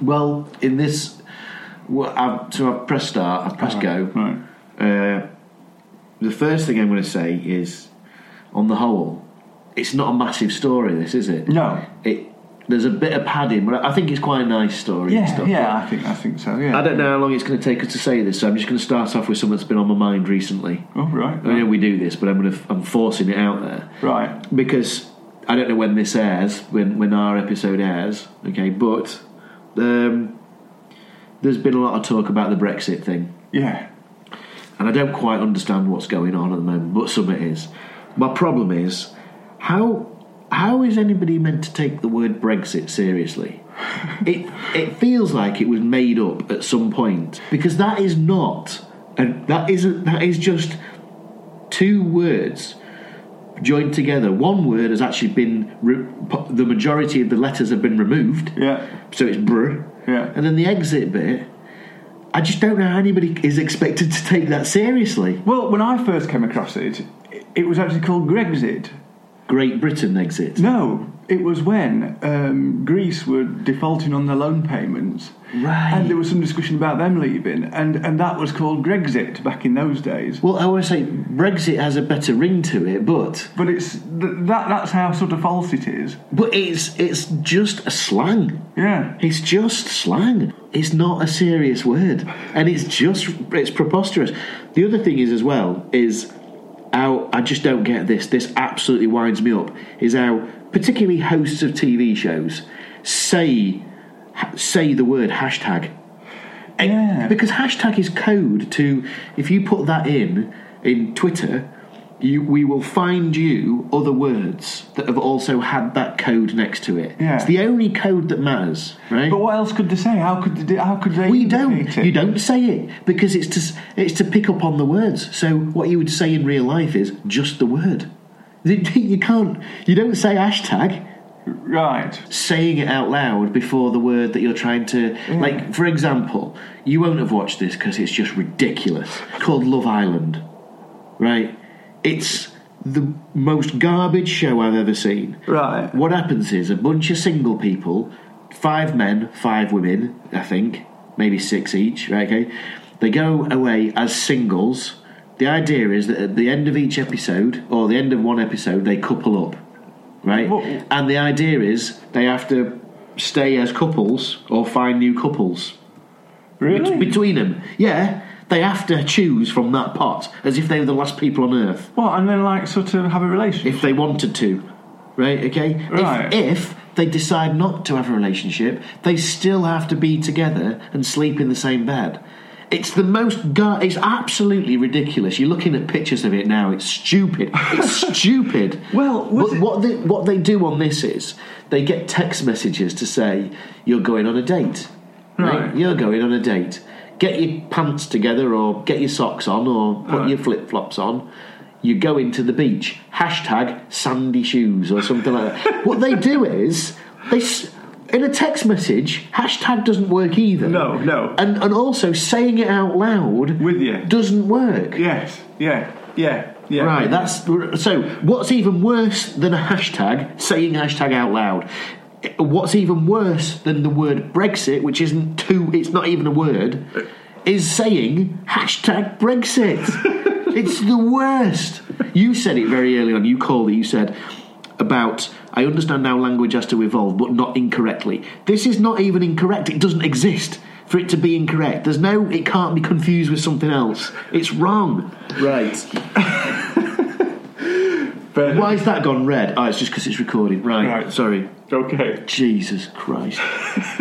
well, in this, well, I've, so I've pressed start, I've pressed go. Right. Uh, the first thing I'm going to say is, on the whole, it's not a massive story. This is it. No. It there's a bit of padding, but I think it's quite a nice story. and Yeah, stuff. yeah, I think I think so. Yeah. I don't know how long it's going to take us to say this, so I'm just going to start off with something that's been on my mind recently. Oh right. I know Right. we do this, but I'm going to I'm forcing it out there right. because I don't know when this airs, when when our episode airs. Okay, but um, there's been a lot of talk about the Brexit thing, Yeah. and I don't quite understand what's going on at the moment, but some it is. My problem is how how is anybody meant to take the word Brexit seriously? it it feels like it was made up at some point because that is not and that isn't that is just two words joined together. One word has actually been re- po- the majority of the letters have been removed, Yeah. so it's br. Yeah. And then the exit bit, I just don't know how anybody is expected to take that seriously. Well, when I first came across it, it was actually called Grexit. Great Britain exit. No, it was when um, Greece were defaulting on their loan payments. Right. And there was some discussion about them leaving, and, and that was called Grexit back in those days. Well, I want to say Brexit has a better ring to it, but But it's th- that that's how sort of false it is. but it's it's just a slang. Yeah. It's just slang. It's not a serious word, and it's just it's preposterous. The other thing is as well is how I just don't get this. This absolutely winds me up. Is how particularly hosts of TV shows say say the word hashtag Eh, Yeah. because hashtag is code to if you put that in in Twitter, you we will find you other words that have also had that code next to it. Yeah. It's the only code that matters, right? But what else could they say? How could they? do- How could they? we don't. indicate it? You don't say it because it's to s- it's to pick up on the words. So what you would say in real life is just the word. You can't. You don't say hashtag Right. saying it out loud before the word that you're trying to like for example you won't have watched this because it's just ridiculous called love island right it's the most garbage show i've ever seen Right. what happens is a bunch of single people five men five women i think maybe six each right okay they go away as singles the idea is that at the end of each episode or the end of one episode they couple up right? What- And the idea is they have to stay as couples or find new couples Really? between them. Yeah, they have to choose from that pot as if they were the last people on earth what? And then like sort of have a relationship. if they wanted to, right? Okay, If- Right. if they decide not to have a relationship, they still have to be together and sleep in the same bed. It's the most. Gar- it's absolutely ridiculous. You're looking at pictures of it now. It's stupid. It's stupid. Well, was but it- what they, what they do on this is they get text messages to say you're going on a date. Right. You're going on a date. Get your pants together, or get your socks on, or put Right. your flip flops on. You're going to the beach. Hashtag sandy shoes or something like that. what they do is they. s- In a text message, hashtag doesn't work either. No, no. And and also saying it out loud With you. doesn't work. Yes. Yeah. Yeah. Yeah. Right, that's so. What's even worse than a hashtag saying hashtag out loud? What's even worse than the word Brexit, which isn't two, it's not even a word, is saying hashtag Brexit. it's the worst. You said it very early on. You called it. You said about. I understand how language has to evolve, but not incorrectly. This is not even incorrect. It doesn't exist for it to be incorrect. There's no. It can't be confused with something else. It's wrong. Right. But- Why has that gone red? Oh, it's just because it's recorded. Right. Right. Sorry. Okay. Jesus Christ. Uh,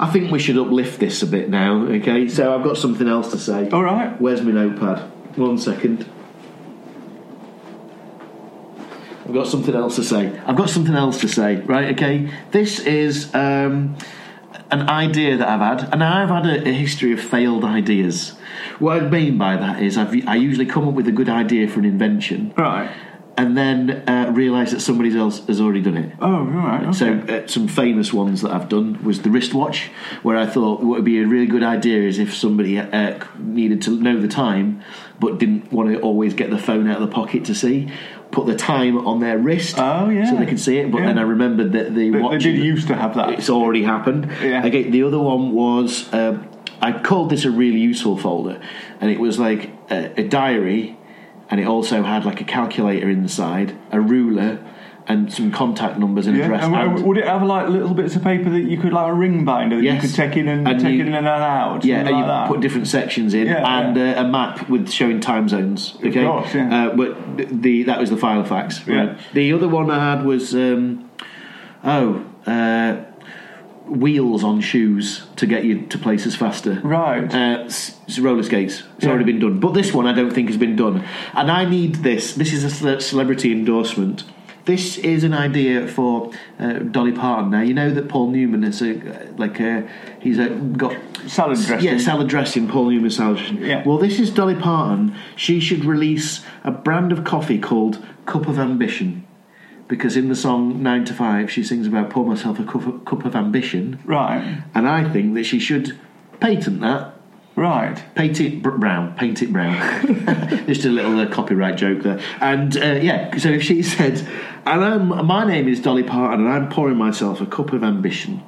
I think we should uplift this a bit now, okay? So I've got something else to say. All right. Where's my notepad? One second. I've got something else to say. I've got something else to say, right? Okay. This is um, an idea that I've had, and I've had a, a history of failed ideas. What I mean by that is, I've, I usually come up with a good idea for an invention, Right. and then uh, realise that somebody else has already done it. Oh, all right. Okay. So uh, some famous ones that I've done was the wristwatch, where I thought what would be a really good idea is if somebody uh, needed to know the time, but didn't want to always get the phone out of the pocket to see. put the time on their wrist Oh, yeah. so they could see it. But Yeah. then I remembered that the They, they watch did used to have that. it's already happened. Yeah. Okay, the other one was um, I called this a really useful folder, and it was like a, a diary, and it also had like a calculator inside, a ruler, and some contact numbers and Yeah, address. and w- and- w- would it have like little bits of paper that you could like a ring binder that Yes. you could take in and, And take you- in and out? Yeah, something and you like that. put different sections in, Yeah, and Uh, a map with showing time zones. Okay, course, yeah. uh, but th- the that was the file fax. Yeah. The other one I had was um, oh. Uh, Wheels on shoes to get you to places faster. Right. Uh, s- s- roller skates. It's already been done. But this one I don't think has been done. And I need this. This is a ce- celebrity endorsement. This is an idea for uh, Dolly Parton. Now you know that Paul Newman is a like a he's a, got salad dressing. yeah, salad dressing, Paul Newman salad dressing. Yeah. Well, this is Dolly Parton. She should release a brand of coffee called Cup of Ambition. Because in the song Nine to Five, she sings about pour myself a cup of, cup of ambition. Right, And I think that she should patent that. right. Paint it br- brown. Paint it brown. Just a little uh, copyright joke there. And uh, yeah, so if she said, and I'm, my name is Dolly Parton and I'm pouring myself a cup of ambition.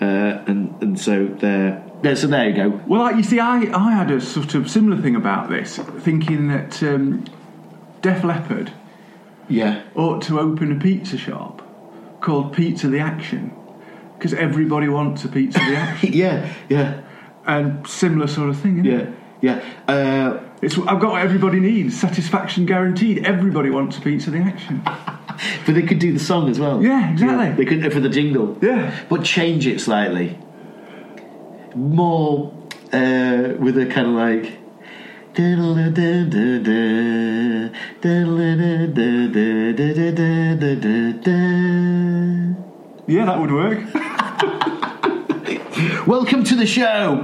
Uh, and, and so there, there, so there you go. Well, like, you see, I, I had a sort of similar thing about this, thinking that um, Def Leppard Yeah. ought to open a pizza shop called Pizza the Action because everybody wants a Pizza the Action. Yeah, yeah, and similar sort of thing, isn't it? yeah, yeah. Uh, It's, I've got what everybody needs. Satisfaction guaranteed. Everybody wants a Pizza the Action. but they could do the song as well. Yeah, exactly. They could for the jingle. Yeah. But change it slightly. More uh, with a kind of like. Yeah, that would work. Welcome to the show.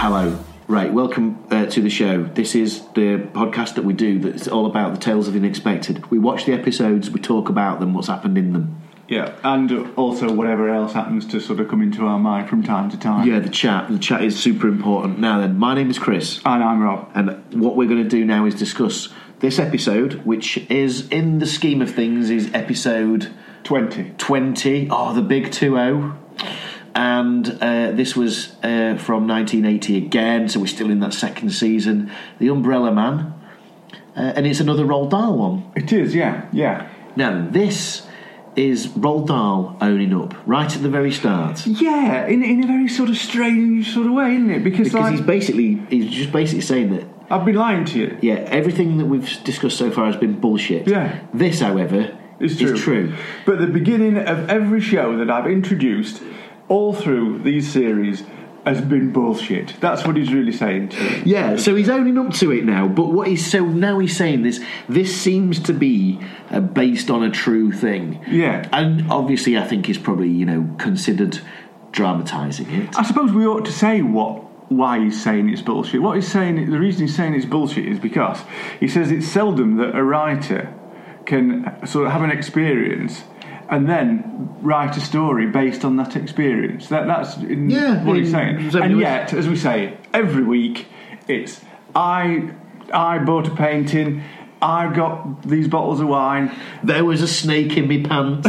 Hello. Right, welcome uh, to the show. This is the podcast that we do that's all about the tales of the unexpected. We watch the episodes, we talk about them, what's happened in them. Yeah, and also whatever else happens to sort of come into our mind from time to time. Yeah, the chat. The chat is super important. Now then, my name is Chris, And I'm Rob. and what we're going to do now is discuss this episode, which is, in the scheme of things, is episode 20. 20. Oh, the big 2 0. And uh, this was uh, from 1980 again, so we're still in that second season. The Umbrella Man. Uh, and it's another Roald Dahl one. It is, yeah, yeah. Now, this is Roald Dahl owning up right at the very start. Yeah, in, in a very sort of strange sort of way, isn't it? Because, Because like, he's basically, he's just basically saying that, I've been lying to you. yeah, everything that we've discussed so far has been bullshit. Yeah. This, however, It's true. is true. But the beginning of every show that I've introduced, all through these series, has been bullshit. That's what he's really saying to you. Yeah, so he's owning up to it now. But what he's so now he's saying this. This seems to be uh, based on a true thing. Yeah. and obviously, I think he's probably you know considered dramatizing it. I suppose we ought to say what why he's saying it's bullshit. What he's saying, the reason he's saying it's bullshit is because he says it's seldom that a writer can sort of have an experience and then write a story based on that experience. That that's in Yeah, what he's in- saying. so And it was- yet, as we say every week, it's I I bought a painting. I got these bottles of wine, There was a snake in me pants.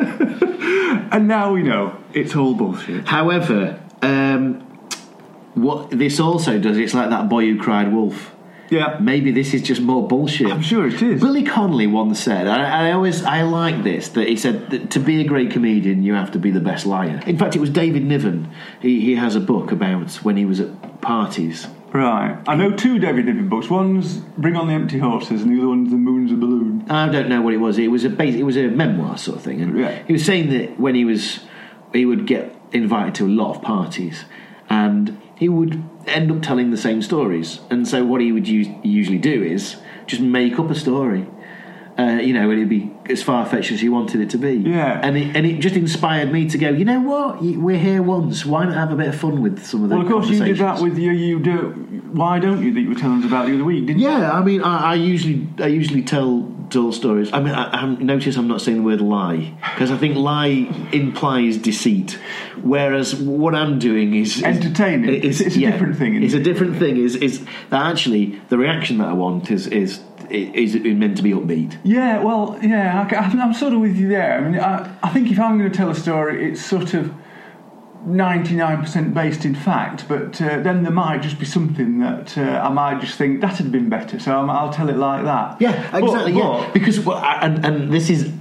and now we know it's all bullshit. However, um, what this also does, it's like that boy who cried wolf. Yeah, Maybe this is just more bullshit. I'm sure it is. Billy Connolly once said, and I, I always I like this that he said that to be a great comedian you have to be the best liar. In fact, it was David Niven. He he has a book about when he was at parties. Right. I know two David Niven books. One's Bring on the Empty Horses, and the other one's The Moon's a Balloon. I don't know what it was. It was a bas it was a memoir sort of thing, and Yeah. he was saying that when he was he would get invited to a lot of parties, and he would end up telling the same stories. And so what he would us- usually do is just make up a story. Uh, you know, and it'd be as far fetched as he wanted it to be. Yeah. and it, and it just inspired me to go. You know what? Y- We're here once. Why not have a bit of fun with some of the Well, of course, you did that conversations? with your you do. Why don't you that you were telling us about the other week, didn't you? Yeah, I mean, I, I usually I usually tell dull stories. I mean, I, I haven't noticed I'm not saying the word lie because I think lie implies deceit, whereas what I'm doing is is- Entertaining. It's- it's a different thing, isn't It's a it? different thing. Is is that actually the reaction that I want is is is it meant to be upbeat? Yeah, well, yeah, I, am I'm sort of with you there. I mean, I, I think if I'm going to tell a story, it's sort of 99% based in fact, but uh, then there might just be something that uh, I might just think that had been better, so I'm, I'll tell it like that. Yeah, But- exactly. yeah, but- because well, I- and and this is.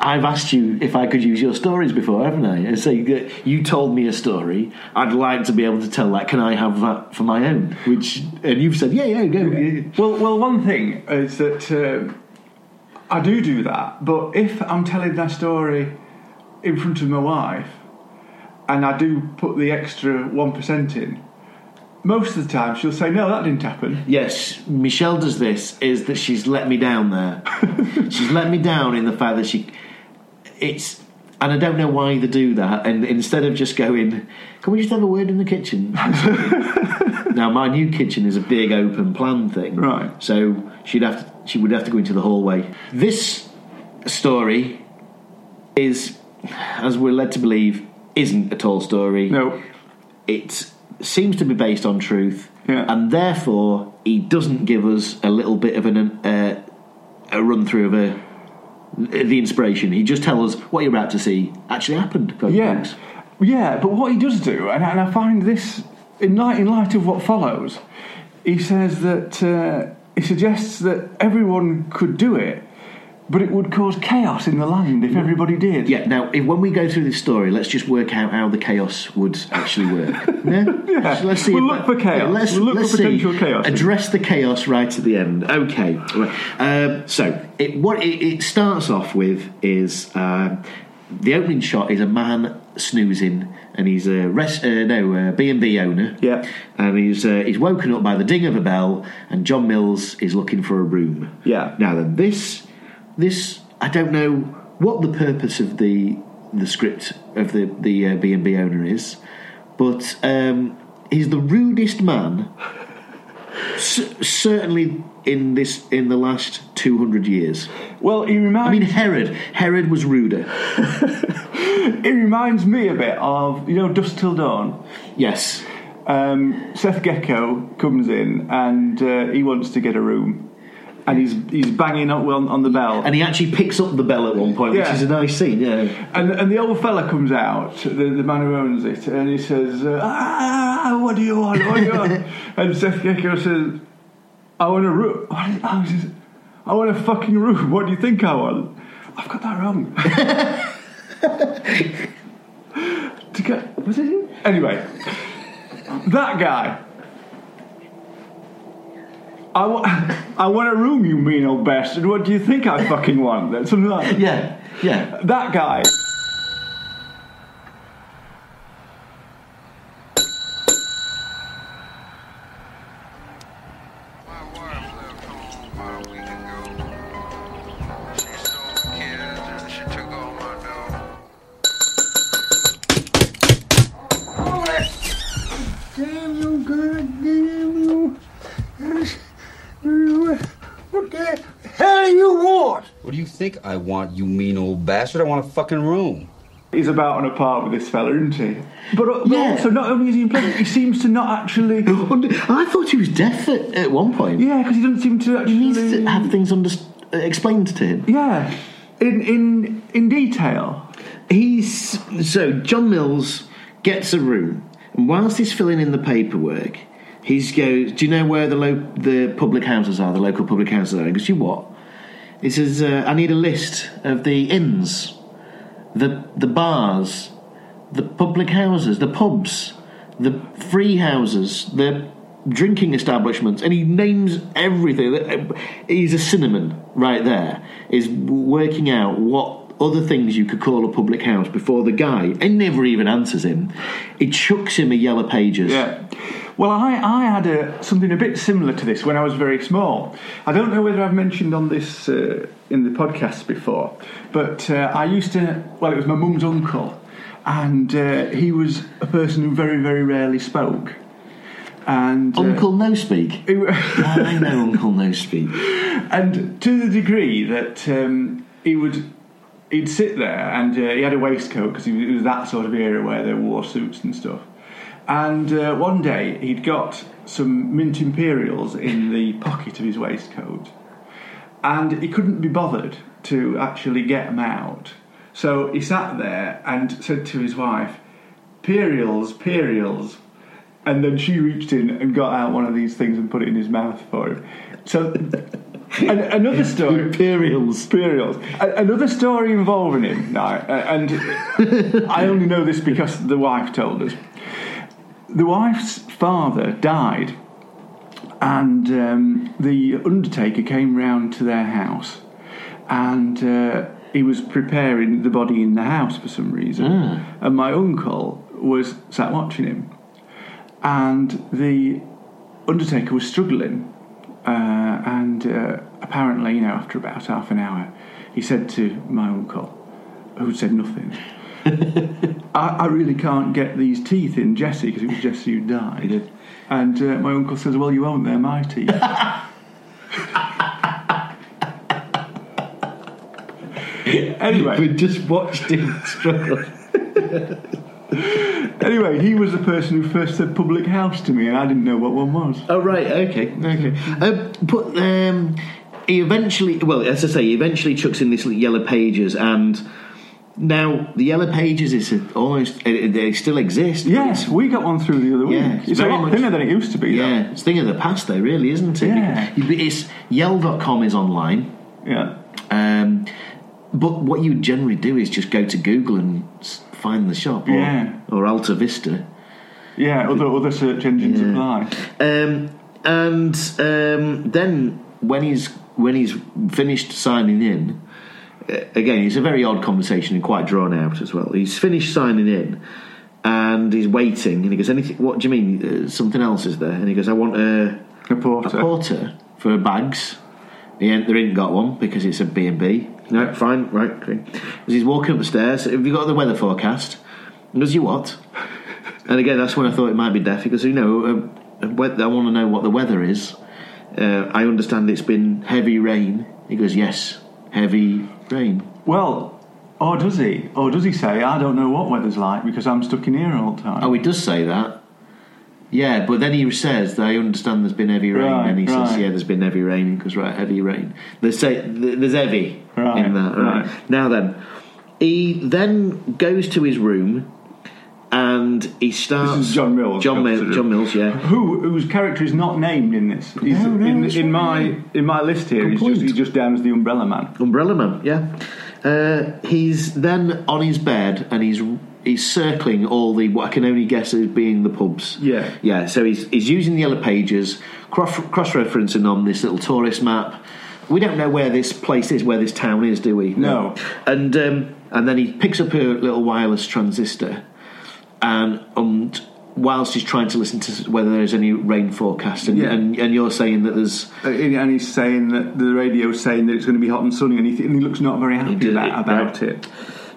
I've asked you if I could use your stories before, haven't I? And say that you told me a story. I'd like to be able to tell that. Can I have that for my own? Which and you've said, yeah, yeah, go. Well, well, one thing is that uh, I do do that, but if I'm telling that story in front of my wife, and I do put the extra one percent in, most of the time she'll say, "No, that didn't happen." Yes, Michelle does this is that she's let me down there. she's let me down in the fact that she it's and I don't know why they do that. And instead of just going, can we just have a word in the kitchen? now my new kitchen is a big open plan thing. Right. So she'd have to, she would have to go into the hallway. This story is as we're led to believe isn't a tall story No. it seems to be based on truth, Yeah. and therefore he doesn't give us a little bit of an uh, a run through of a the inspiration. He just tells us what you're about to see actually happened. folks. Yeah. Yeah, but what he does do, and, and I find this in light in light of what follows, he says that uh, he suggests that everyone could do it, but it would cause chaos in the land if everybody did. Yeah. Now, if, when we go through this story, let's just work out how the chaos would actually work. yeah. So let's see. We'll if look for chaos. Yeah, let's We'll look let's for see. potential chaos. Address the chaos right at the end. Okay. Right. Um, so it, what it, it starts off with is um the opening shot is a man snoozing, and he's a rest, uh, no B and B owner. Yeah. And he's uh, he's woken up by the ding of a bell, and John Mills is looking for a room. Yeah. Now then, this, this, I don't know what the purpose of the the script of the the uh, B and B owner is, but um, he's the rudest man, c- certainly in this in the last two hundred years. Well, he reminds I mean, Herod, Herod was ruder. it reminds me a bit of you know Dust Till Dawn. Yes. Um, Seth Gecko comes in and uh, he wants to get a room, and he's he's banging on on, on the bell, And he actually picks up the bell at one point, Yeah. which is a nice scene. Yeah, And, and the old fella comes out, the, the man who owns it, and he says, uh, ah, What do you want? What do you want? and Seth Gecko says, I want a room. What is, oh, he says, I want a fucking room. What do you think I want? I've got that wrong. to get, was it him? Anyway, that guy. I want, I want a room, you mean old bastard. What do you think I fucking want? Something like that. yeah, yeah. That guy. My wife left home about a week ago. She stole my kids and she took all my dough. Damn you, God damn you. What the hell do you want? What do you think I want, you mean old bastard? I want a fucking room. He's about on a par with this fella, isn't he? But, uh, but Yeah. also, not only is he unpleasant, he seems to not actually. I thought he was deaf at, at one point. Yeah, because he doesn't seem to actually. He needs to have things under, uh, explained to him. Yeah. In, in, in detail. He's so John Mills gets a room, and whilst he's filling in the paperwork, he's goes. Do you know where the lo- the public houses are? The local public houses are. He goes, you what? He says, uh, I need a list of the inns, the the bars, the public houses, the pubs, the free houses, the drinking establishments, and he names everything. uh, He's a cinnamon right there, is working out what other things you could call a public house before the guy, and never even answers him, he chucks him a yellow pages. Yeah. Well, I, I had a, something a bit similar to this when I was very small. I don't know whether I've mentioned on this uh, in the podcast before, but uh, I used to, well, it was my mum's uncle, and uh, he was a person who very, very rarely spoke. and uh, Uncle No Speak. I know Uncle No Speak. and to the degree that um, he would he'd sit there and uh, he had a waistcoat because it was that sort of era where they wore suits and stuff and uh, one day he'd got some mint imperials in the pocket of his waistcoat and he couldn't be bothered to actually get them out so he sat there and said to his wife imperials imperials and then she reached in and got out one of these things and put it in his mouth for him so and another story Imperials. Imperials. A- another story involving him. No, a- and I only know this because the wife told us. The wife's father died, and um, the undertaker came round to their house, and uh, he was preparing the body in the house for some reason. And my uncle was sat watching him, and the undertaker was struggling uh, and uh, apparently, you know, after about half an hour, he said to my uncle, who said nothing, I, I really can't get these teeth in Jesse because it was Jesse who died. He did. And uh, my uncle says, Well, you won't, they're my teeth. We anyway, just watched him struggle. anyway, he was the person who first said public house to me, and I didn't know what one was. Oh right, okay, okay. Um, but um, he eventually, well, as I say, he eventually chucks in this yellow pages, and now the yellow pages is almost it, they still exist. but Yes, it's- we got one through the other week. Yeah, it's it's a very lot much- thinner than it used to be, yeah, it's a thing of the past, though, really, isn't it? Yeah. Because you- It's Yell.com is online, though. Yeah. um, but what you generally do is just go to Google and s- find the shop, or, Yeah. or Alta Vista. Yeah, other, other search engines Yeah. apply. Um, and um, then when he's when he's finished signing in, uh, again it's a very odd conversation and quite drawn out as well. He's finished signing in, and he's waiting, and he goes, "Anything? What do you mean? Uh, something else is there?" And he goes, "I want a, A a porter. porter for bags." He ain't, there ain't got one because it's a B and B. No, fine, right. Okay. As he's walking up the stairs, have you got the weather forecast? He goes, "You what?" And again, that's when I thought it might be deaf because you know, uh, we- I want to know what the weather is. Uh, I understand it's been heavy rain. He goes, yes, heavy rain. Well, or does he? Or does he say, I don't know what weather's like because I'm stuck in here all the time? Oh, he does say that. Yeah, but then he says, "I understand there's been heavy rain," Right, and he says, right. "Yeah, there's been heavy rain." He goes, "Right, heavy rain." They say th- there's heavy Right, in that. Right. right. now, then, he then goes to his room and he starts. is John Mills, John, Mills to Mills do. John Mills. Yeah. Who, whose character is not named in this? He's- No, no, in, that's in right. my in my list here, Good he's just, point. he's just down as the Umbrella Man. Umbrella Man, yeah. Uh, he's then on his bed and he's he's circling all the what I can only guess as being the pubs. Yeah. yeah. So he's he's using the yellow pages, cross cross referencing on this little tourist map. We don't know where this place is, where this town is, do we? No. And um, and then he picks up a little wireless transistor, and um, t- whilst he's trying to listen to whether there's any rain forecast, and Yeah. and, and you're saying that there's Uh, And he's saying that the radio's saying that it's going to be hot and sunny, and he, th- and he looks not very happy did about, it, about right. it.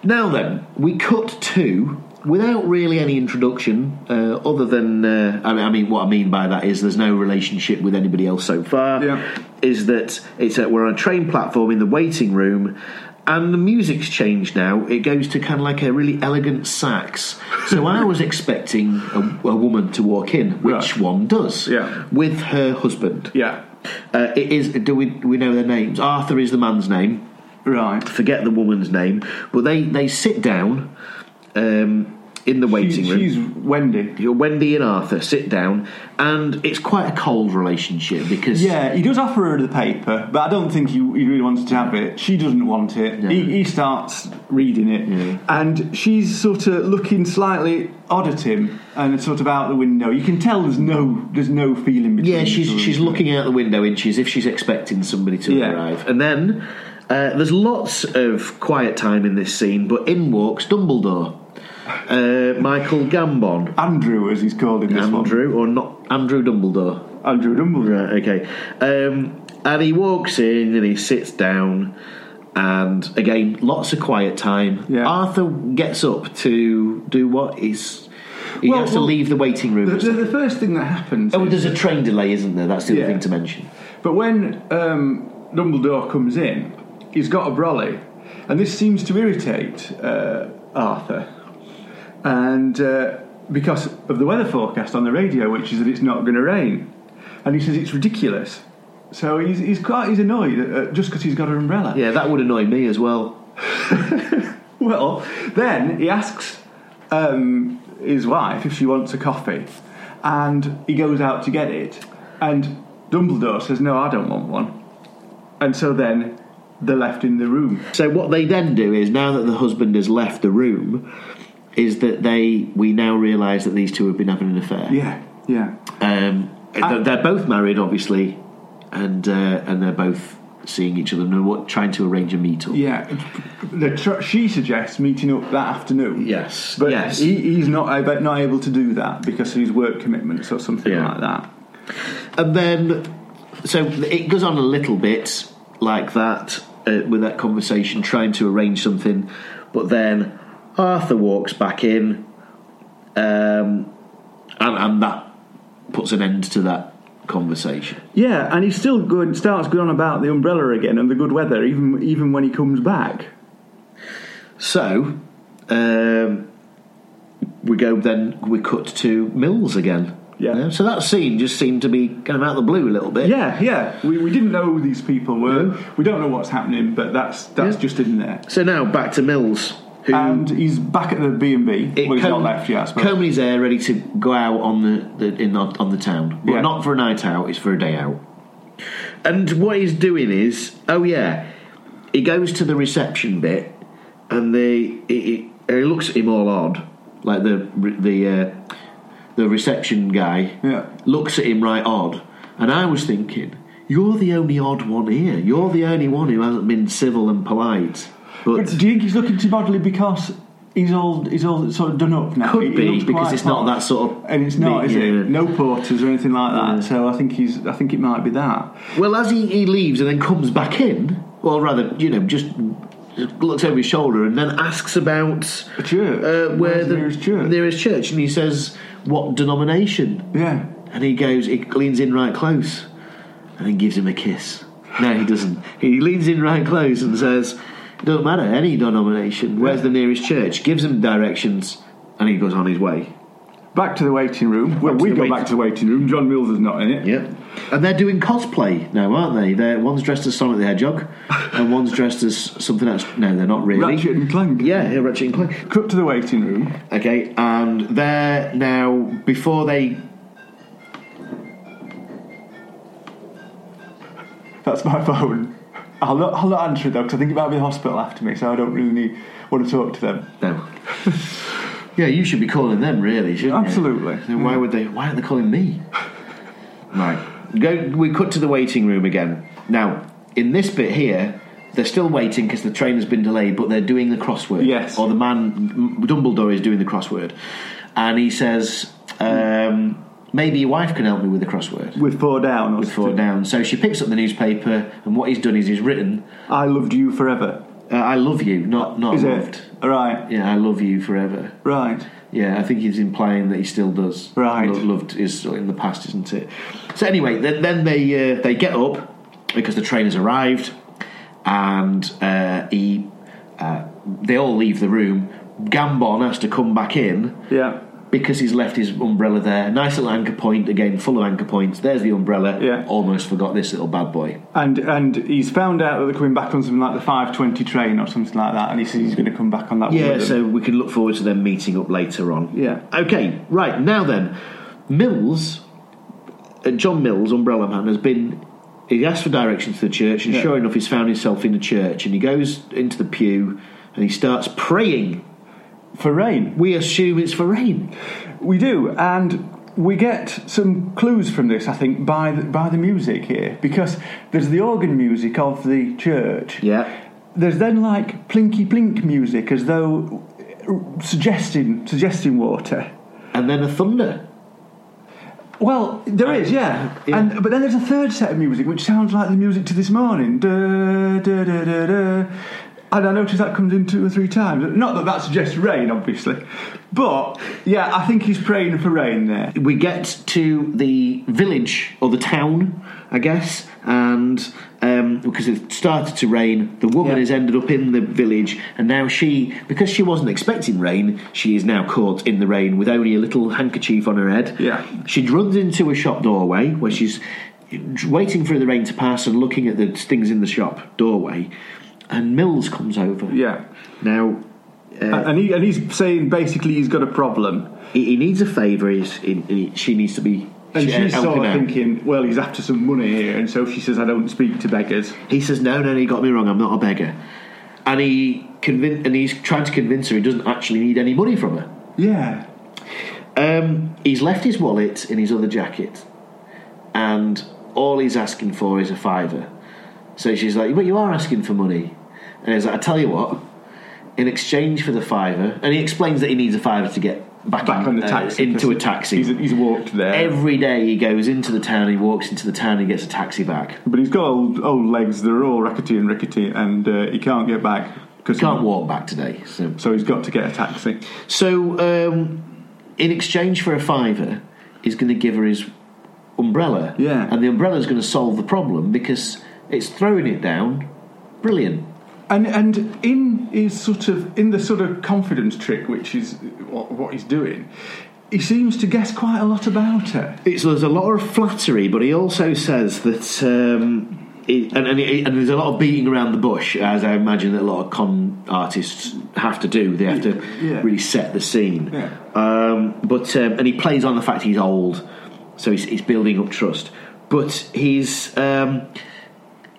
Now then, we cut to without really any introduction, uh, other than uh, I, mean, I mean, what I mean by that is there's no relationship with anybody else so far. Yeah. Is that it's uh we're on a train platform in the waiting room. And the music's changed now. It goes to kind of like a really elegant sax. So I was expecting a, a woman to walk in, which Right. one does, Yeah. with her husband. Yeah. Uh, it is. Do we we know their names? Arthur is the man's name Right. forget the woman's name, but they, they sit down um, in the waiting She- room. she's Wendy. Wendy and Arthur sit down, and it's quite a cold relationship because Yeah, he does offer her the paper, but I don't think he, he really wants to have it. She doesn't want it. He, he starts reading it, and she's sort of looking slightly odd at him and sort of out the window. You can tell there's no there's no feeling between. yeah, the she's two of she's them. looking out the window and she's if she's expecting somebody to Yeah. arrive, and then uh, there's lots of quiet time in this scene, but in walks Dumbledore, uh, Michael Gambon, Andrew, as he's called in this Andrew or not Andrew Dumbledore. one. Andrew Dumbledore. Right, okay. Um, and he walks in and he sits down, and again, lots of quiet time. Yeah. Arthur gets up to do what is He Well, has to well, leave the waiting room. The, and stuff. the, the first thing that happens. oh, is- there's a train delay, isn't there? That's the Yeah. other thing to mention. But when um, Dumbledore comes in, he's got a brolly, and this seems to irritate uh, Arthur, and uh, because of the weather forecast on the radio, which is that it's not going to rain, and he says it's ridiculous. So he's, he's quite he's annoyed uh, just because he's got an umbrella. Yeah, that would annoy me as well. Well, then he asks um, his wife if she wants a coffee, and he goes out to get it, and Dumbledore says, "No, I don't want one," and so then they're left in the room. So what they then do is now that the husband has left the room, is that they we now realise that these two have been having an affair. Yeah, yeah, Um, I- they're, they're both married, obviously, and uh, and they're both seeing each other and what, trying to arrange a meet up. yeah. The tr- she suggests meeting up that afternoon. Yes. but yes. he, he's not ab- not able to do that because of his work commitments or something Yeah. like that. and then so it goes on a little bit like that uh, with that conversation trying to arrange something but then arthur walks back in um, and, and that puts an end to that conversation Yeah, and he's still good. Starts going on about the umbrella again and the good weather, even even when he comes back. so um, we go then we cut to mills again Yeah. You know, so that scene just seemed to be kind of out of the blue a little bit Yeah, yeah. We, we didn't know who these people were. We don't know what's happening, but that's that's Yeah. just in there. so now back to mills who And he's back at the B and B. Um, Well, he's not comb- left yet, I suppose. combing his hair, ready to go out on the, the in the, on the town, but Yeah. not for a night out. It's for a day out. And what he's doing is, oh yeah, he goes to the reception bit, and the he, he, he looks at him all odd, like the re- the uh, the reception guy Yeah. looks at him right odd, and I was thinking. You're the only odd one here. You're the only one who hasn't been civil and polite. but do you think he's looking too bodily because he's all he's all sort of done up now? Could He- he be, looks because quite it's not hot. that sort of and it's not, big, is yeah. it? No porters or anything like that. Yeah. So I think he's I think it might be that. Well, as he, he leaves and then comes back in, or rather, you know, just looks over his shoulder and then asks about A church. uh, where Where's the the nearest church? nearest church, and he says, "What denomination?" Yeah. And he goes, he leans in right close, and then gives him a kiss. No, he doesn't. He leans in right close and says, "Don't matter any denomination. Where's the nearest church?" Gives him directions, and he goes on his way. Back to the waiting room. Well, to we the go wait- back to the waiting room. John Mills is not in it. Yep. And they're doing cosplay now, aren't they? They're, one's dressed as Sonic the Hedgehog, and one's dressed as something else. No, they're not really. Ratchet and Clank. Yeah, yeah, Ratchet and Clank. Cut to the waiting room. Okay, and they're now before they. That's my phone. I'll not, I'll not answer it though because I think it might be the hospital after me, so I don't really need, want to talk to them. No. yeah, you should be calling them, really, shouldn't you? Absolutely. Then why would they? Why aren't they calling me? right. Go. We cut to the waiting room again. Now, in this bit here, they're still waiting because the train has been delayed, but they're doing the crossword. Yes. Or the man M- Dumbledore is doing the crossword, and he says, um, "Maybe your wife can help me with the crossword." With four down, or With four down. So she picks up the newspaper, and what he's done is he's written, I loved you forever. uh, "I love you, not not Is loved." it? Right, Yeah, I love you forever. right. Yeah, I think he's implying that he still does. Right. Lo- loved is in the past, isn't it? So anyway, then, then they uh, they get up because the train has arrived, and uh, he uh, they all leave the room. Gambon has to come back in Yeah, because he's left his umbrella there. Nice little anchor point again, full of anchor points. There's the umbrella. Yeah. Almost forgot this little bad boy. and and he's found out that they're coming back on something like the five twenty train or something like that, and he says he's going to come back on that. one Yeah, with them. so we can look forward to them meeting up later on. Yeah. Okay, right, now then. Mills, uh, John Mills, Umbrella Man, has been. He asked for directions to the church, and Yeah. sure enough, he's found himself in a church. And he goes into the pew and he starts praying. for rain, We assume it's for rain. we do, and we get some clues from this, I think, by the, by the music here because there's the organ music of the church. Yeah. There's then like plinky plink music, as though uh, suggesting suggesting water. And then a thunder. Well, there is, yeah. Yeah. And but then there's a third set of music which sounds like the music to this morning. Da, da, da, da, da. And I noticed that comes in two or three times. Not that that suggests rain, obviously, but yeah, I think he's praying for rain there. we get to the village or the town, I guess, and um, because it started to rain, the woman Yeah. has ended up in the village, and now she, because she wasn't expecting rain, she is now caught in the rain with only a little handkerchief on her head. Yeah. she runs into a shop doorway where she's waiting for the rain to pass and looking at the things in the shop doorway, and Mills comes over. Yeah, now. Uh, and, he, and he's saying basically he's got a problem. he, he needs a favour. He's, he, he- she needs to be. And she- she's helping sort of out. thinking, well, he's after some money here, and so she says, I don't speak to beggars. He says, "No, no, no, you got me wrong. I'm not a beggar." And he convin- and he's trying to convince her he doesn't actually need any money from her. Yeah. Um, he's left his wallet in his other jacket, and all he's asking for is a fiver. So she's like, "But you are asking for money," and he's like, "I tell you what." In exchange for the fiver, and he explains that he needs a fiver to get back, Back in- on the uh, taxi. into a 'cause taxi. He's, he's walked there. Every day he goes into the town, he walks into the town, and he gets a taxi back. but he's got old, old legs that are all rackety and rickety, and uh, he can't get back. Cause Can't walk back today, so So he's got to get a taxi. So, um, in exchange for a fiver, he's going to give her his umbrella. Yeah. And the umbrella's going to solve the problem because it's throwing it down. Brilliant. And and in his sort of in the sort of confidence trick, which is what, what he's doing, he seems to guess quite a lot about her. It's, there's a lot of flattery, but he also says that. Um, he- and, and, he- and there's a lot of beating around the bush, as I imagine that a lot of con artists have to do. They have to Yeah. really set the scene. Yeah. Um, but um, and he plays on the fact he's old, so he's, he's building up trust. But he's um,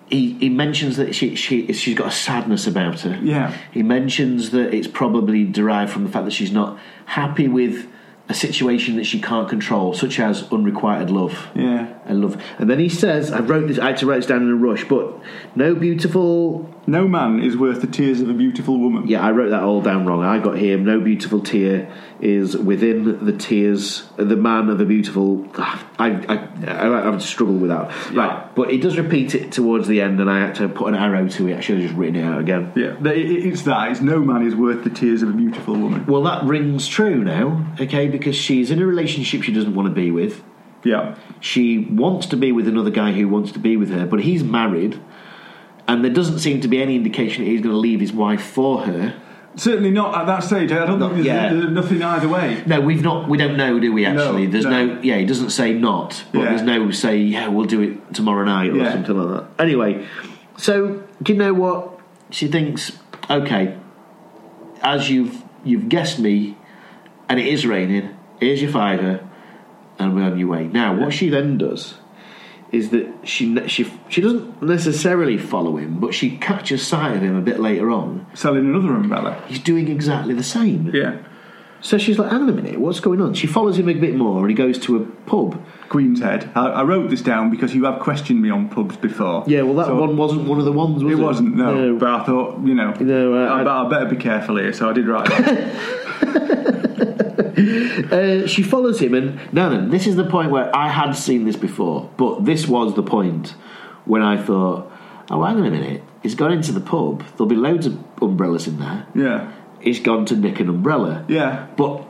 he, he mentions that she, she she's got a sadness about her. Yeah. He mentions that it's probably derived from the fact that she's not happy with a situation that she can't control, such as unrequited love. Yeah. And love. And then he says, I wrote this, I had to write this down in a rush, but no beautiful. No man is worth the tears of a beautiful woman. Yeah, I wrote that all down wrong. I got here, no beautiful tear is within the tears, uh, the man of a beautiful. Ah, I, I, I, I would struggle with that. Right, but he does repeat it towards the end, and I had to put an arrow to it. I should have just written it out again. Yeah, that- it- it- it's that. It's no man is worth the tears of a beautiful woman. Well, that rings true now, okay, because she's in a relationship she doesn't want to be with. Yeah, She wants to be with another guy who wants to be with her, but he's married, and there doesn't seem to be any indication that he's going to leave his wife for her. certainly not at that stage. I don't Not think there's, yet. there's nothing either way. No, we've not. We don't know, do we? Actually, there's no. no. Yeah, he doesn't say not, but Yeah. there's no say. Yeah, we'll do it tomorrow night or Yeah. something like that. Anyway, so do you know what she thinks? Okay, as you've you've guessed me, and it is raining. Here's your fiver, and we're on your way. Now, what she then does is that she she she doesn't necessarily follow him, but she catches sight of him a bit later on. Selling another umbrella. He's doing exactly the same. Yeah, So she's like, hang on a minute, what's going on? She follows him a bit more and he goes to a pub. Queen's Head. I, I wrote this down because you have questioned me on pubs before. Yeah, well, that So- one wasn't one of the ones, was It it? wasn't, no. But I thought, you know, No, uh, I, I- bet I better be careful here, so I did write that. Uh, she follows him and, no, no, this is the point where I had seen this before, but this was the point when I thought, oh, hang on a minute, he's gone into the pub, there'll be loads of umbrellas in there, yeah, he's gone to nick an umbrella. yeah. But,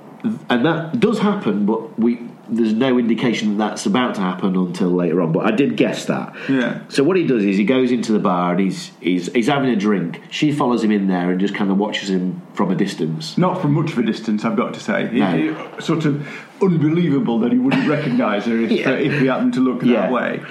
and that does happen, but we. There's no indication that that's about to happen until later on, but I did guess that. Yeah. So what he does is he goes into the bar and he's he's he's having a drink. She follows him in there and just kind of watches him from a distance. Not from much of a distance, I've got to say. It- No. it- sort of unbelievable that he wouldn't recognise her if, Yeah. if he happened to look Yeah. that way.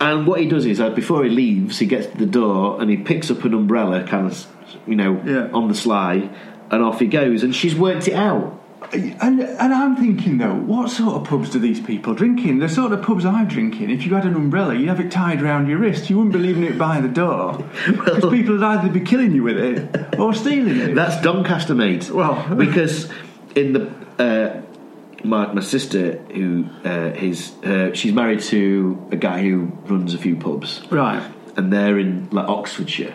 And what he does is uh, before he leaves, he gets to the door and he picks up an umbrella, kind of you know Yeah. on the sly, and off he goes. And she's worked it out. And, and I'm thinking, though, what sort of pubs do these people drink in? The sort of pubs I drink in, if you had an umbrella, you'd have it tied round your wrist. You wouldn't be leaving it by the door. Because people would either be killing you with it or stealing it. That's Doncaster, mate. Well- because in the uh, my my sister who uh, his uh, she's married to a guy who runs a few pubs. right. and they're in like Oxfordshire.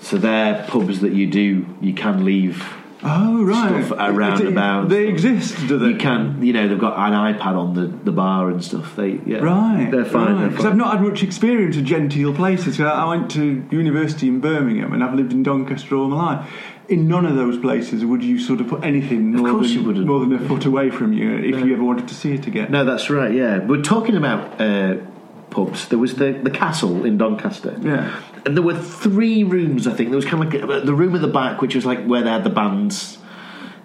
So they're pubs that you do you can leave Oh right, stuff around It- it- about. They exist, do they? You can, you know, they've got an iPad on the, the bar and stuff. They yeah, Right, They're fine. They're Because fine. I've not had much experience of genteel places. 'Cause I I went to university in Birmingham, and I've lived in Doncaster all my life. In none of those places would you sort of put anything more course than, you wouldn't. more than a foot away from you if you ever wanted to see it again. No, that's right. Yeah, we're talking about uh, pubs. There was the the castle in Doncaster. Yeah. and there were three rooms. I think there was kind of like uh, the room at the back, which was like where they had the bands.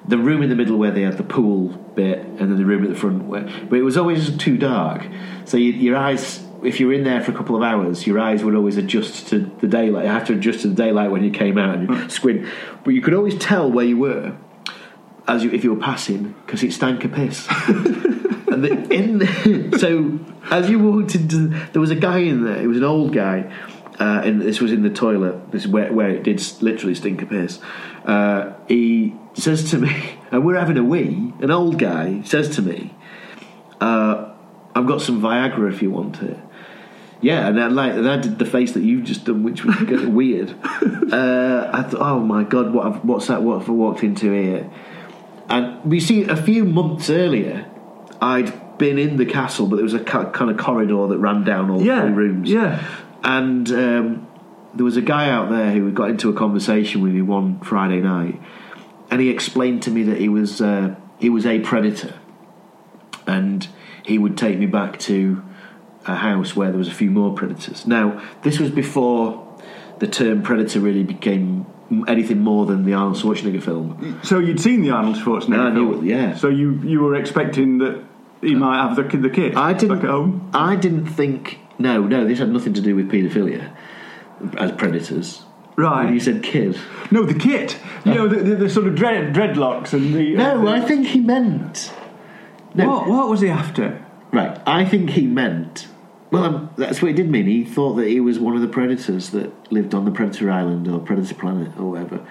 The room in the middle where they had the pool bit, and then the room at the front where. But it was always too dark, so you, your eyes. If you were in there for a couple of hours, your eyes would always adjust to the daylight. You have to adjust to the daylight when you came out and you squint. But you could always tell where you were as you, if you were passing because it stank a piss. and the, in the, so as you walked into, there was a guy in there. It was an old guy, uh, and this was in the toilet. This is where, where it did s- literally stink a piss. Uh, he says to me, and we're having a wee. An old guy says to me, uh, "I've got some Viagra if you want it." Yeah, and then like and I did the face that you've just done, which was kind of weird. Uh, I thought, oh my god, what I've, what's that? What have I walked into here? And we see a few months earlier, I'd been in the castle, but there was a ca- kind of corridor that ran down all Yeah, three rooms. yeah. and um, there was a guy out there who got into a conversation with me one Friday night, and he explained to me that he was uh, he was a predator and he would take me back to a house where there was a few more predators. Now, this was before the term predator really became m- anything more than the Arnold Schwarzenegger film. So you'd seen the Arnold Schwarzenegger No, I knew film. it, yeah. So you you were expecting that he might have the kid, the kid. I didn't. back at home. I didn't think. No, no, this had nothing to do with paedophilia as predators. Right. When you said kid. No, the kit. You know, the, the, the sort of dread, dreadlocks and the. Oh. No, I think he meant. No. What what was he after? Right. I think he meant. Well, um, that's what he did mean. He thought that he was one of the predators that lived on the Predator Island or Predator Planet or whatever.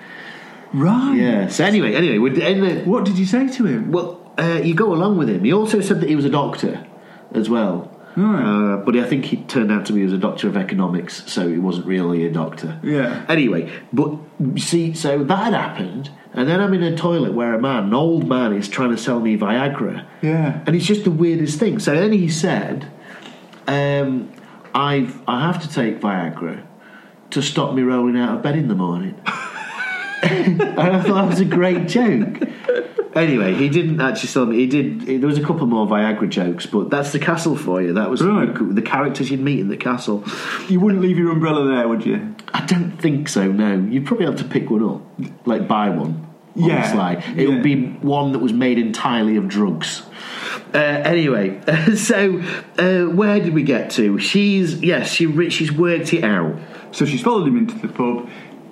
Right. Yeah. So anyway, anyway, we're in the, What did you say to him? well, uh, you go along with him. He also said that he was a doctor as well. Right. Uh, but I think he turned out to be he was a doctor of economics, so he wasn't really a doctor. Yeah. Anyway, but you see, so that had happened, and then I'm in a toilet where a man, an old man, is trying to sell me Viagra. Yeah. And it's just the weirdest thing. So then he said, um, I've, I have to take Viagra to stop me rolling out of bed in the morning. and I thought that was a great joke. Anyway, he didn't actually sell me. He did. There was a couple more Viagra jokes, but that's the castle for you. That was Right. the, the characters you'd meet in the castle. You wouldn't leave your umbrella there, would you? I don't think so. No, you'd probably have to pick one up, like buy one. on the Yeah, sly. it yeah. would be one that was made entirely of drugs. Uh, anyway, so uh, where did we get to? She's yes, she re- she's worked it out. So she's followed him into the pub.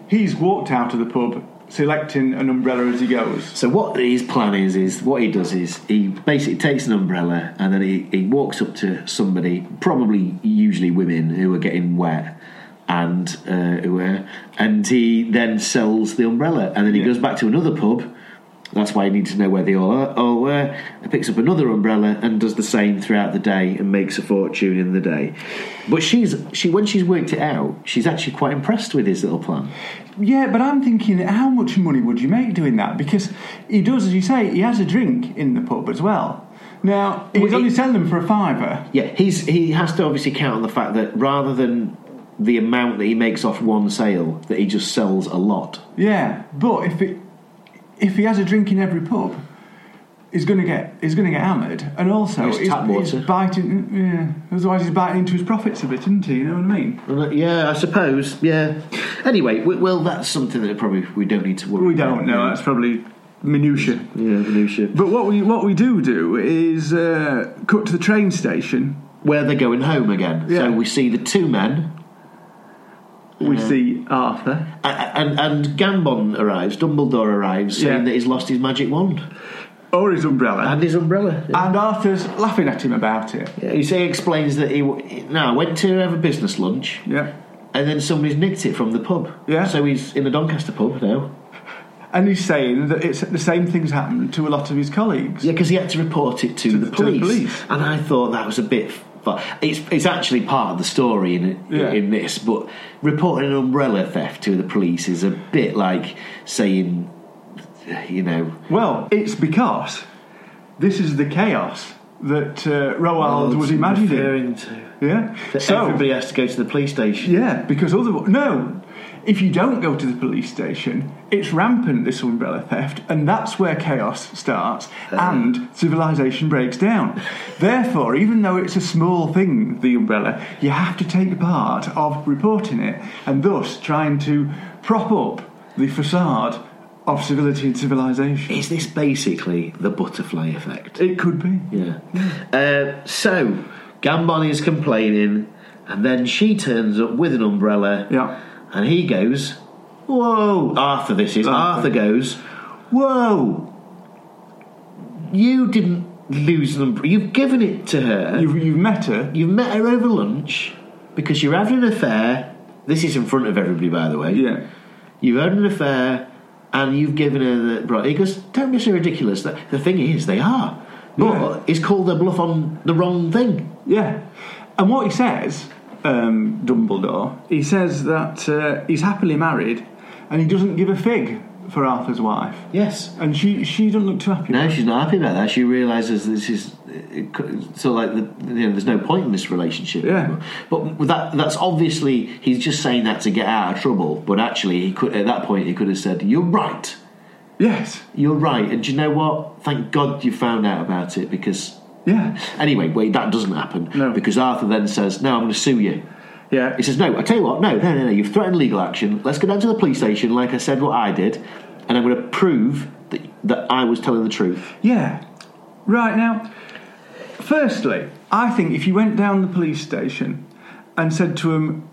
He's walked out of the pub, selecting an umbrella as he goes. So what his plan is is what he does is he basically takes an umbrella and then he, he walks up to somebody, probably usually women who are getting wet, and uh, who are, and he then sells the umbrella and then he Yeah. goes back to another pub. That's why he needs to know where they all are. Oh, uh, he picks up another umbrella and does the same throughout the day and makes a fortune in the day. But she's she when she's worked it out, she's actually quite impressed with his little plan. Yeah, but I'm thinking, how much money would you make doing that? Because he does, as you say, he has a drink in the pub as well. Now, he's Well, he- only selling them for a fiver. Yeah, he's he has to obviously count on the fact that rather than the amount that he makes off one sale, that he just sells a lot. Yeah, but if it, if he has a drink in every pub, he's going to get he's going to get hammered, and also It's he's, tap he's water. biting. Yeah, otherwise he's biting into his profits a bit, isn't he? You know what I mean? And, uh, Yeah, I suppose. Yeah. Anyway, we, well, that's something that probably we don't need to worry. We don't about. know. That's probably minutia. Yeah, minutia. But what we what we do do is uh, cut to the train station. Where they're going home again. Yeah. So we see the two men, We see Arthur. a- a- and and Gambon arrives. Dumbledore arrives, saying Yeah. that he's lost his magic wand Or his umbrella. and his umbrella. And, Arthur's laughing at him about it. Yeah, he say- explains that he w- no I went to have a business lunch, Yeah. and then somebody's nicked it from the pub. Yeah. So he's in a Doncaster pub now. And he's saying that it's the same thing's happened to a lot of his colleagues. Yeah, because he had to report it to, To the, the- to the police, police. and I thought that was a bit. But it's it's actually part of the story in Yeah. in this. But reporting an umbrella theft to the police is a bit like saying you know. Well, it's because this is the chaos that uh, Roald was imagining. referring "Oh, to. Yeah. That everybody has to go to the police station. Yeah, because otherwise, no. If you don't go to the police station, it's rampant this umbrella theft, and that's where chaos starts and civilization breaks down. Therefore, even though it's a small thing, the umbrella, you have to take part of reporting it, and thus trying to prop up the facade of civility and civilization. Is this basically the butterfly effect? It could be. Yeah. Uh, so, Gambon is complaining, and then she turns up with an umbrella. Yeah. And he goes, Whoa! Arthur, this is. Arthur. Arthur goes, Whoa! You didn't lose an umbrella. You've given it to her. You've, you've met her. You've met her over lunch because you're having an affair. This is in front of everybody, by the way. Yeah. You've had an affair and you've given her the. Right. He goes, don't be so ridiculous. The the thing is, they are. But Yeah. it's called their bluff on the wrong thing. Yeah. And what he says, um, Dumbledore, he says that uh, he's happily married and he doesn't give a fig for Arthur's wife. Yes. And she, she doesn't look too happy. No, she's not happy about that. She realizes this is it co- so like the, you know, there's no point in this relationship. Yeah. anymore. But that that's obviously he's just saying that to get out of trouble. But actually, he could at that point he could have said, "You're right, Yes. you're right," and do you know what? Thank God you found out about it because. Yeah. Anyway, wait, that doesn't happen No. because Arthur then says, "No, I'm going to sue you." Yeah. He says, "No, I tell you what, no, no, no, no. You've threatened legal action. Let's go down to the police station, like I said, what I did, and I'm going to prove that that I was telling the truth." Yeah. Right now, firstly, I think if you went down the police station and said to him,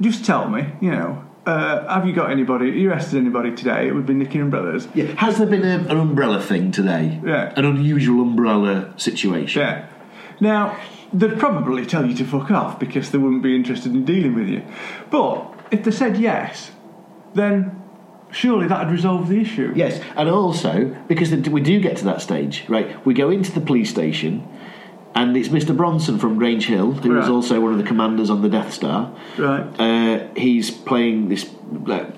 just tell me, you know, uh, have you got anybody, you arrested anybody today? It would be Nicky and Brothers. Yeah. Has there been a, an umbrella thing today? Yeah. An unusual umbrella situation. Yeah. Now, they'd probably tell you to fuck off because they wouldn't be interested in dealing with you. But if they said yes, then surely that'd resolve the issue. Yes, and also because the, we do get to that stage, right? We go into the police station, and it's Mr. Bronson from Grange Hill, who is Right. also one of the commanders on the Death Star. Right. Uh, he's playing this, like,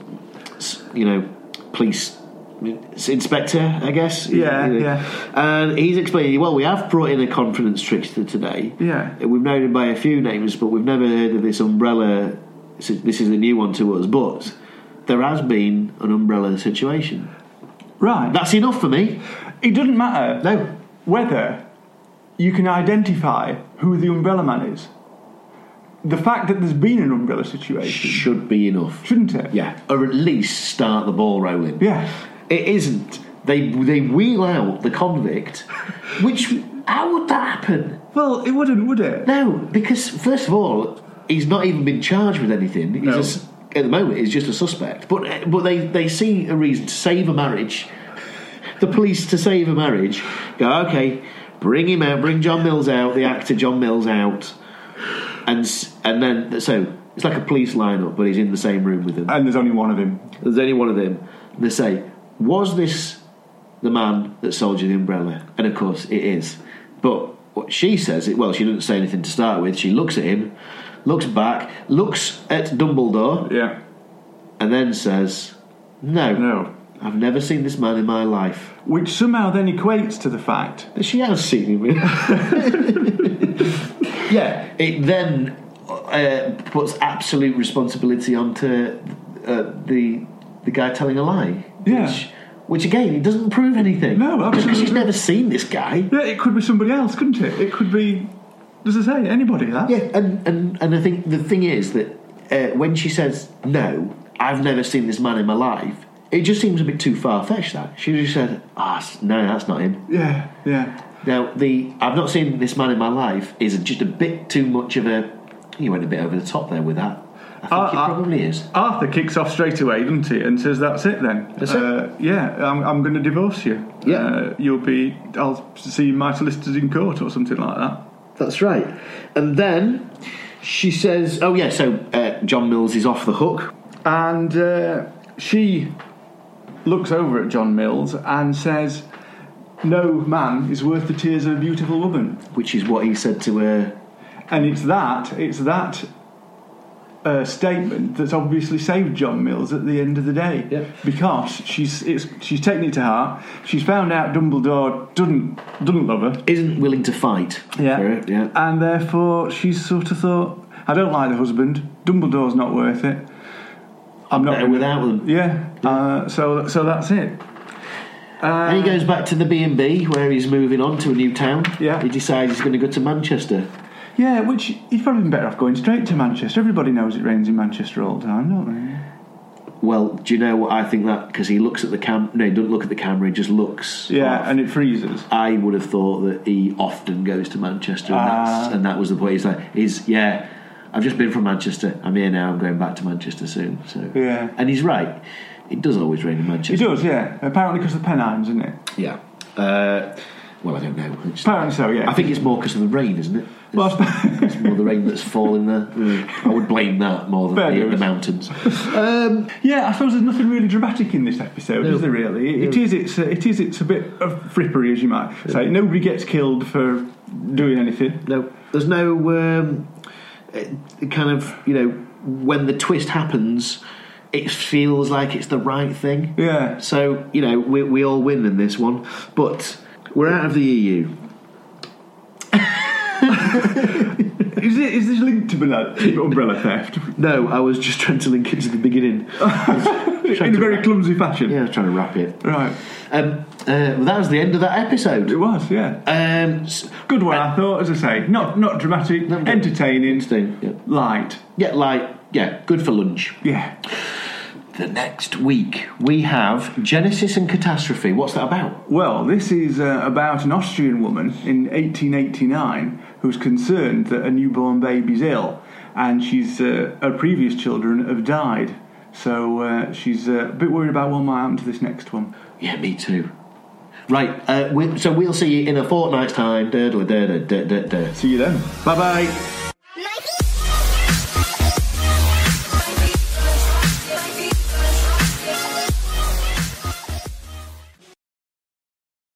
s- you know, police s- inspector, I guess. Yeah, You know. yeah. And he's explaining, well, we have brought in a confidence trickster today. Yeah. We've known him by a few names, but we've never heard of this umbrella. s- This is a new one to us, but there has been an umbrella situation. Right. That's enough for me. it doesn't matter No. whether you can identify who the umbrella man is. The fact that there's been an umbrella situation, Should be enough. shouldn't it? Yeah. Or at least start the ball rolling. Yeah. It isn't. They they wheel out the convict, which how would that happen? Well, it wouldn't, would it? No, because first of all, he's not even been charged with anything. He's No. a s at the moment, he's just a suspect. But but they they see a reason to save a marriage. the police to save a marriage go okay, bring him out, bring John Mills out, the actor John Mills out, and s- and then so it's like a police lineup, but he's in the same room with them. And there's only one of him. There's only one of them. And they say, Was this the man that sold you the umbrella? And of course, it is. But what she says, it well, she doesn't say anything to start with. She looks at him, looks back, looks at Dumbledore, Yeah. and then says, No. No. I've never seen this man in my life. Which somehow then equates to the fact. But She has seen him. yeah, it then uh, puts absolute responsibility onto uh, the the guy telling a lie. Yeah. Which, which again, it doesn't prove anything. No, Because he's absolutely. never seen this guy. Yeah, it could be somebody else, couldn't it? It could be, as I say, anybody. That. Yeah, and, and, and I think the thing is that uh, when she says, no, I've never seen this man in my life, it just seems a bit too far fetched that. She just said, ah, s no, that's not him. Yeah, yeah. Now, the I've not seen this man in my life is just a bit too much of a. You went a bit over the top there with that. I think Uh, it uh, probably is. Arthur kicks off straight away, doesn't he, and says, "That's it then. That's uh, Yeah, I'm, I'm going to divorce you. Yeah. uh, you'll be. I'll see my solicitors in court or something like that. That's right. And then she says, "Oh yeah, so uh, John Mills is off the hook." And uh, she looks over at John Mills and says, "No man is worth the tears of a beautiful woman." Which is what he said to her. And it's that, it's that uh, statement that's obviously saved John Mills at the end of the day. Yeah. Because she's it's, she's taken it to heart. She's found out Dumbledore doesn't doesn't love her. Isn't willing to fight. Yeah. For it, yeah. And therefore, she's sort of thought, I don't like the husband. Dumbledore's not worth it. I'm not Better gonna- without them. Yeah. Uh, so so that's it. and he goes back to the B and B where he's moving on to a new town. Yeah. He decides he's going to go to Manchester. Yeah, which he's probably been better off going straight to Manchester. Everybody knows it rains in Manchester all the time, don't they? Well, do you know what I think that because he looks at the cam? No, he doesn't look at the camera. He just looks. Yeah, off. and it freezes. I would have thought that he often goes to Manchester, and, Ah. that's, and that was the point. He's like, he's yeah, I've just been from Manchester. I'm here now. I'm going back to Manchester soon. So Yeah. and he's right. It does always rain in It Manchester. does, yeah. Apparently because of the Pennines, isn't it? Yeah. Uh, well, I don't know. It's- Apparently so, yeah. I think it's more because of the rain, isn't it? Well, It's, it's more the rain that's falling there. I would blame that more Fair than the, the dues. mountains. Um, yeah, I suppose there's nothing really dramatic in this episode, is there? Really, It- it is. It's a, it is. It's a bit of frippery, as you might say. Nobody gets killed for doing anything. No, there's no um, uh, kind of you know when the twist happens, it feels like it's the right thing. Yeah. So you know we we all win in this one, but we're out of the E EU. Is it? Is this linked to Bernard- to umbrella theft No, I was just trying to link it to the beginning. in a very clumsy fashion? Yeah, I was trying to wrap it. Right. Um, uh, well, that was the end of that It episode. was. Yeah. Um, s- Good one, I thought. As I say, not not dramatic, No, no. entertaining, Interesting, yeah. light. yeah, like yeah, good for lunch. Yeah. The next week we have Genesis and Catastrophe. What's that about? Well, this is uh, about an Austrian woman in 1889 who's concerned that a newborn baby's ill, and she's uh, her previous children have died. So uh, she's uh, a bit worried about what might happen to this next one. Yeah, me too. Right, uh, we, so we'll see you in a fortnight's time. Da, da, da, da, da, da. See you then. Bye bye.